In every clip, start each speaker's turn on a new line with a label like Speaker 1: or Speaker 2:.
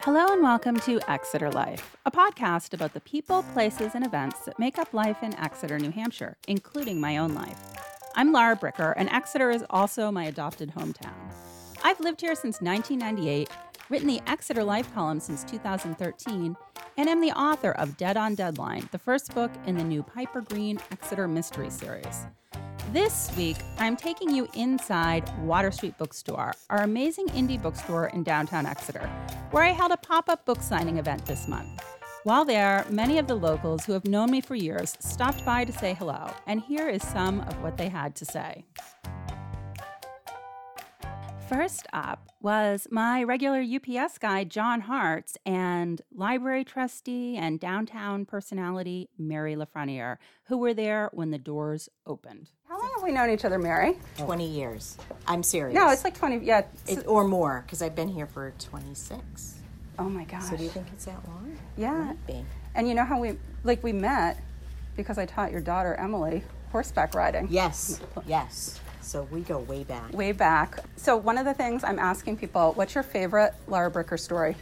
Speaker 1: Hello and welcome to Exeter Life, a podcast about the people, places, and events that make up life in Exeter, New Hampshire, including my own life. I'm Lara Bricker, and Exeter is also my adopted hometown. I've lived here since 1998, written the Exeter Life column since 2013, and am the author of Dead on Deadline, the first book in the new Piper Green Exeter Mystery Series. This week, I'm taking you inside Water Street Bookstore, our amazing indie bookstore in downtown Exeter, where I held a pop up book signing event this month. While there, many of the locals who have known me for years stopped by to say hello, and here is some of what they had to say. First up was my regular UPS guy, John Hartz, and library trustee and downtown personality, Mary Lafreniere, who were there when the doors opened. How long have we known each other, Mary?
Speaker 2: 20 years. I'm serious.
Speaker 1: No, it's like 20, yeah. it's-
Speaker 2: It- or more, because I've been here for 26.
Speaker 1: oh my gosh.
Speaker 2: So do you think it's that long?
Speaker 1: yeah.
Speaker 2: Might be.
Speaker 1: And you know how we, like, we met because I taught your daughter, Emily, horseback riding.
Speaker 2: Yes, yes. So we go way back.
Speaker 1: Way back. So, one of the things I'm asking people, what's your favorite Laura Bricker story?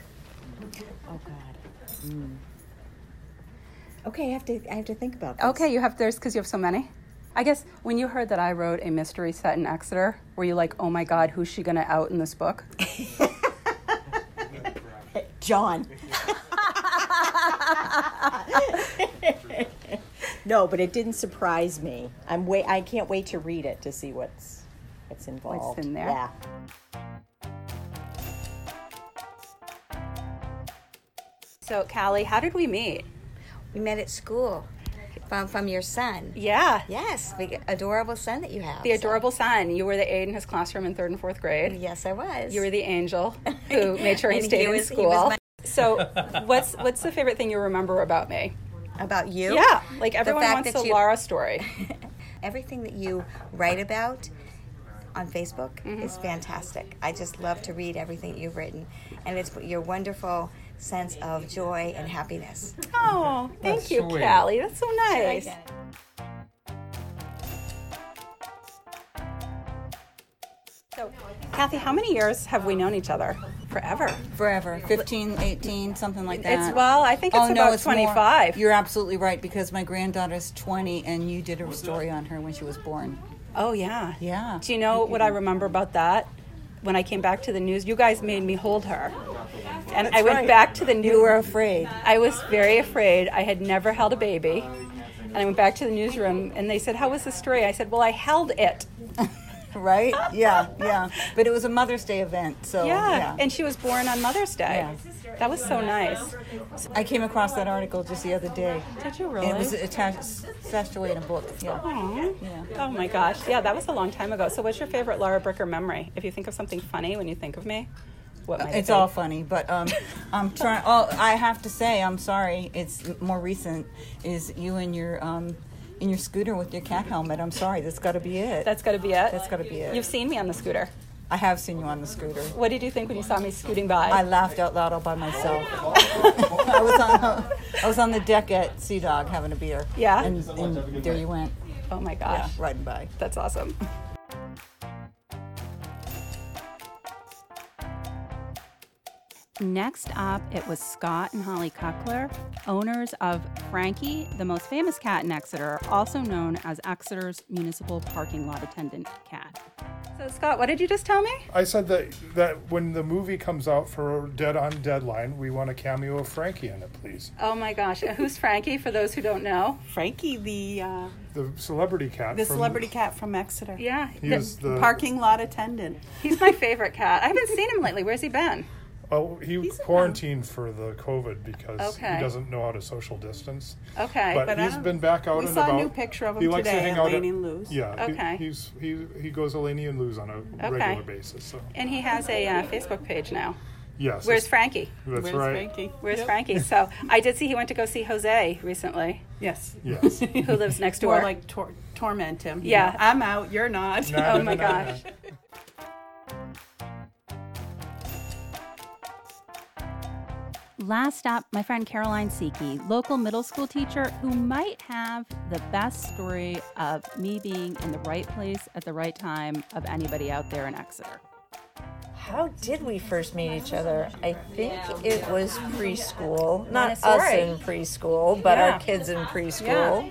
Speaker 2: Oh, God. Mm. Okay, I have to. I have to think about this.
Speaker 1: Okay, you have there's because you have so many. I guess when you heard that I wrote a mystery set in Exeter, were you like, oh my God, who's she gonna out in this book?
Speaker 2: John. no, but it didn't surprise me. I'm wait. I can't wait to read it to see what's what's involved.
Speaker 1: in there?
Speaker 2: Yeah.
Speaker 1: So, Callie, how did we meet?
Speaker 3: We met at school from from your son.
Speaker 1: Yeah.
Speaker 3: Yes, the adorable son that you have.
Speaker 1: The adorable son. You were the aide in his classroom in third and fourth grade.
Speaker 3: Yes, I was.
Speaker 1: You were the angel who made sure he
Speaker 3: And he
Speaker 1: stayed in
Speaker 3: was- he
Speaker 1: school.
Speaker 3: was my-
Speaker 1: so, what's what's the favorite thing you remember about me?
Speaker 3: about you.
Speaker 1: Yeah, like everyone
Speaker 3: fact
Speaker 1: wants
Speaker 3: that
Speaker 1: the
Speaker 3: you-
Speaker 1: Laura story.
Speaker 3: Everything that you write about on Facebook
Speaker 1: Mm-hmm.
Speaker 3: is fantastic. I just love to read everything that you've written, and it's your wonderful sense of joy and happiness.
Speaker 1: Oh, thank
Speaker 4: That's
Speaker 1: you,
Speaker 4: sweet.
Speaker 1: Callie. That's so nice. So, Kathy, how many years have we known each other? Forever.
Speaker 5: forever 15 18 something like that
Speaker 1: It's well, I think it's
Speaker 5: oh, no,
Speaker 1: about
Speaker 5: it's more.
Speaker 1: 25.
Speaker 5: you're absolutely right because my granddaughter's 20 and you did a story on her when she was born
Speaker 1: Oh yeah.
Speaker 5: Yeah.
Speaker 1: Do you know what I remember about that? When I came back to the news, you guys made me hold her. And I went back to the news.
Speaker 5: you were afraid
Speaker 1: I was very afraid. I had never held a baby. And I went back to the newsroom and they said, How was the story? I said, Well, I held it.
Speaker 5: right yeah yeah but it was a mother's day event so
Speaker 1: Yeah.
Speaker 5: yeah,
Speaker 1: And she was born on Mother's Day. That was so nice.
Speaker 5: i came across that article just the other day
Speaker 1: Did you
Speaker 5: and it was
Speaker 1: really?
Speaker 5: attached stashed away in a book yeah
Speaker 1: Aw. Oh my gosh. Yeah, that was a long time ago. So, what's your favorite Laura Bricker memory? If you think of something funny when you think of me, what might it
Speaker 5: It's
Speaker 1: be?
Speaker 5: all funny, but um, I'm trying. Oh, I have to say, I'm sorry. It's more recent. Is you and your um, in your scooter with your cat helmet? I'm sorry. That's got to be it.
Speaker 1: That's got to be it.
Speaker 5: That's got to be it.
Speaker 1: You've seen me on the scooter.
Speaker 5: I have seen you on the scooter.
Speaker 1: What did you think when you saw me scooting by?
Speaker 5: I laughed out loud all by myself. I was on I was on the deck at Sea Dog having a beer.
Speaker 1: Yeah?
Speaker 5: and, and there you went
Speaker 1: oh my gosh,
Speaker 5: riding by.
Speaker 1: that's awesome. Next up, it was Scott and Holly Cuckler, owners of Frankie, the most famous cat in Exeter, also known as Exeter's municipal parking lot attendant cat. So, Scott, what did you just tell me?
Speaker 4: I said that that when the movie comes out for Dead on Deadline, we want a cameo of Frankie in it, please.
Speaker 1: Oh my gosh, who's Frankie for those who don't know?
Speaker 6: Frankie, the uh,
Speaker 4: The celebrity cat.
Speaker 6: the
Speaker 4: from-
Speaker 6: celebrity cat from Exeter.
Speaker 1: Yeah,
Speaker 4: He was the
Speaker 6: Parking lot attendant.
Speaker 1: he's my favorite cat. I haven't seen him lately. Where's he been?
Speaker 4: Oh, he
Speaker 6: He's um, a-
Speaker 4: quarantined for the COVID because
Speaker 1: Okay.
Speaker 4: he doesn't know how to social distance.
Speaker 1: Okay.
Speaker 4: but,
Speaker 6: But I
Speaker 4: he's
Speaker 6: don't-
Speaker 4: been back out
Speaker 6: we
Speaker 4: and
Speaker 6: saw a
Speaker 4: about.
Speaker 6: new picture of him
Speaker 4: he likes to
Speaker 6: today
Speaker 4: hang
Speaker 6: at
Speaker 4: out
Speaker 6: Laney and Lou's.
Speaker 4: Yeah. he-
Speaker 1: Okay.
Speaker 4: he's he he goes to Laney and Lou's on a regular basis. So
Speaker 1: And he has a uh, Facebook page now.
Speaker 4: yes.
Speaker 1: Where's
Speaker 4: it's-
Speaker 1: Frankie?
Speaker 4: That's
Speaker 6: Where's
Speaker 4: right.
Speaker 6: Frankie?
Speaker 1: Where's
Speaker 6: Yep.
Speaker 1: Frankie? So I did see he went to go see Jose recently,
Speaker 6: Yes.
Speaker 4: Yes.
Speaker 6: Oh
Speaker 4: No,
Speaker 1: who lives next door.
Speaker 6: Or like tor- torment him.
Speaker 1: Yeah.
Speaker 6: I'm out. You're not.
Speaker 4: no,
Speaker 1: Oh
Speaker 4: no,
Speaker 1: my
Speaker 4: no, no.
Speaker 1: gosh. Last up, my friend Caroline Seeky, local middle school teacher who might have the best story of me being in the right place at the right time of anybody out there in Exeter.
Speaker 7: how did we first meet each other? I think it was preschool. Not us
Speaker 3: Montessori.
Speaker 7: in preschool, but
Speaker 3: Yeah.
Speaker 7: our kids in preschool.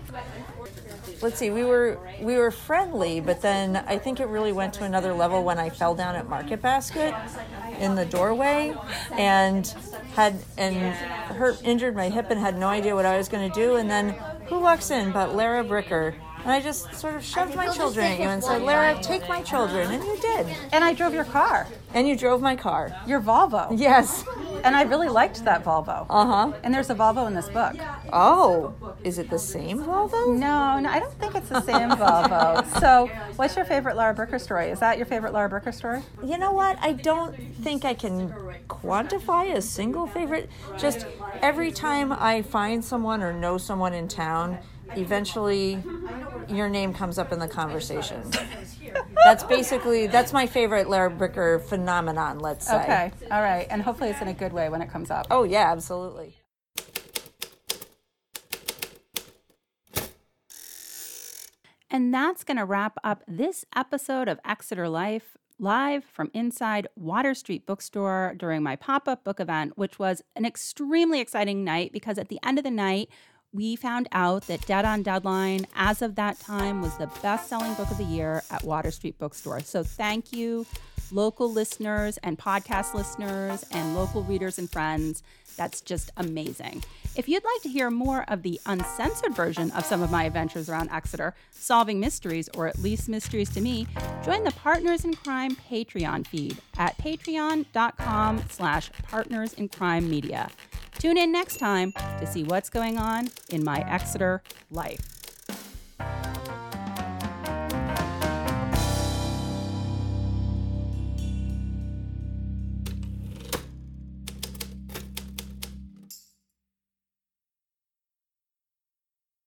Speaker 7: Let's see, we were we were friendly, but then I think it really went to another level when I fell down at Market Basket in the doorway and had and hurt injured my hip and had no idea what I was gonna do and then who walks in but Lara Bricker? And I just sort of shoved my children at you and said, Lara, take my children. And you did.
Speaker 8: And I drove your car,
Speaker 7: And you drove my car.
Speaker 8: your Volvo.
Speaker 7: Yes.
Speaker 8: And I really liked that Volvo.
Speaker 6: Uh-huh.
Speaker 7: Uh huh.
Speaker 8: And there's a Volvo in this book.
Speaker 7: Oh, is it the same Volvo?
Speaker 8: No, no, I don't think it's the same Volvo. So, what's your favorite Laura Bricker story? Is that your favorite Laura Bricker story?
Speaker 7: You know what? I don't think I can quantify a single favorite. Just every time I find someone or know someone in town, eventually your name comes up in the conversation. That's basically that's my favorite Lara Bricker phenomenon, let's say.
Speaker 8: Okay, all right. And hopefully, it's in a good way when it comes up.
Speaker 7: Oh yeah, absolutely.
Speaker 1: And that's going to wrap up this episode of Exeter Life live from inside Water Street Bookstore during my pop up book event, which was an extremely exciting night because at the end of the night, we found out that Dead on Deadline, as of that time, was the best selling book of the year at Water Street Bookstore. So thank you, local listeners and podcast listeners and local readers and friends. That's just amazing. If you'd like to hear more of the uncensored version of some of my adventures around Exeter, solving mysteries, or at least mysteries to me, join the Partners in Crime Patreon feed at patreon.com slash partners in crime media. Tune in next time to see what's going on in my Exeter life.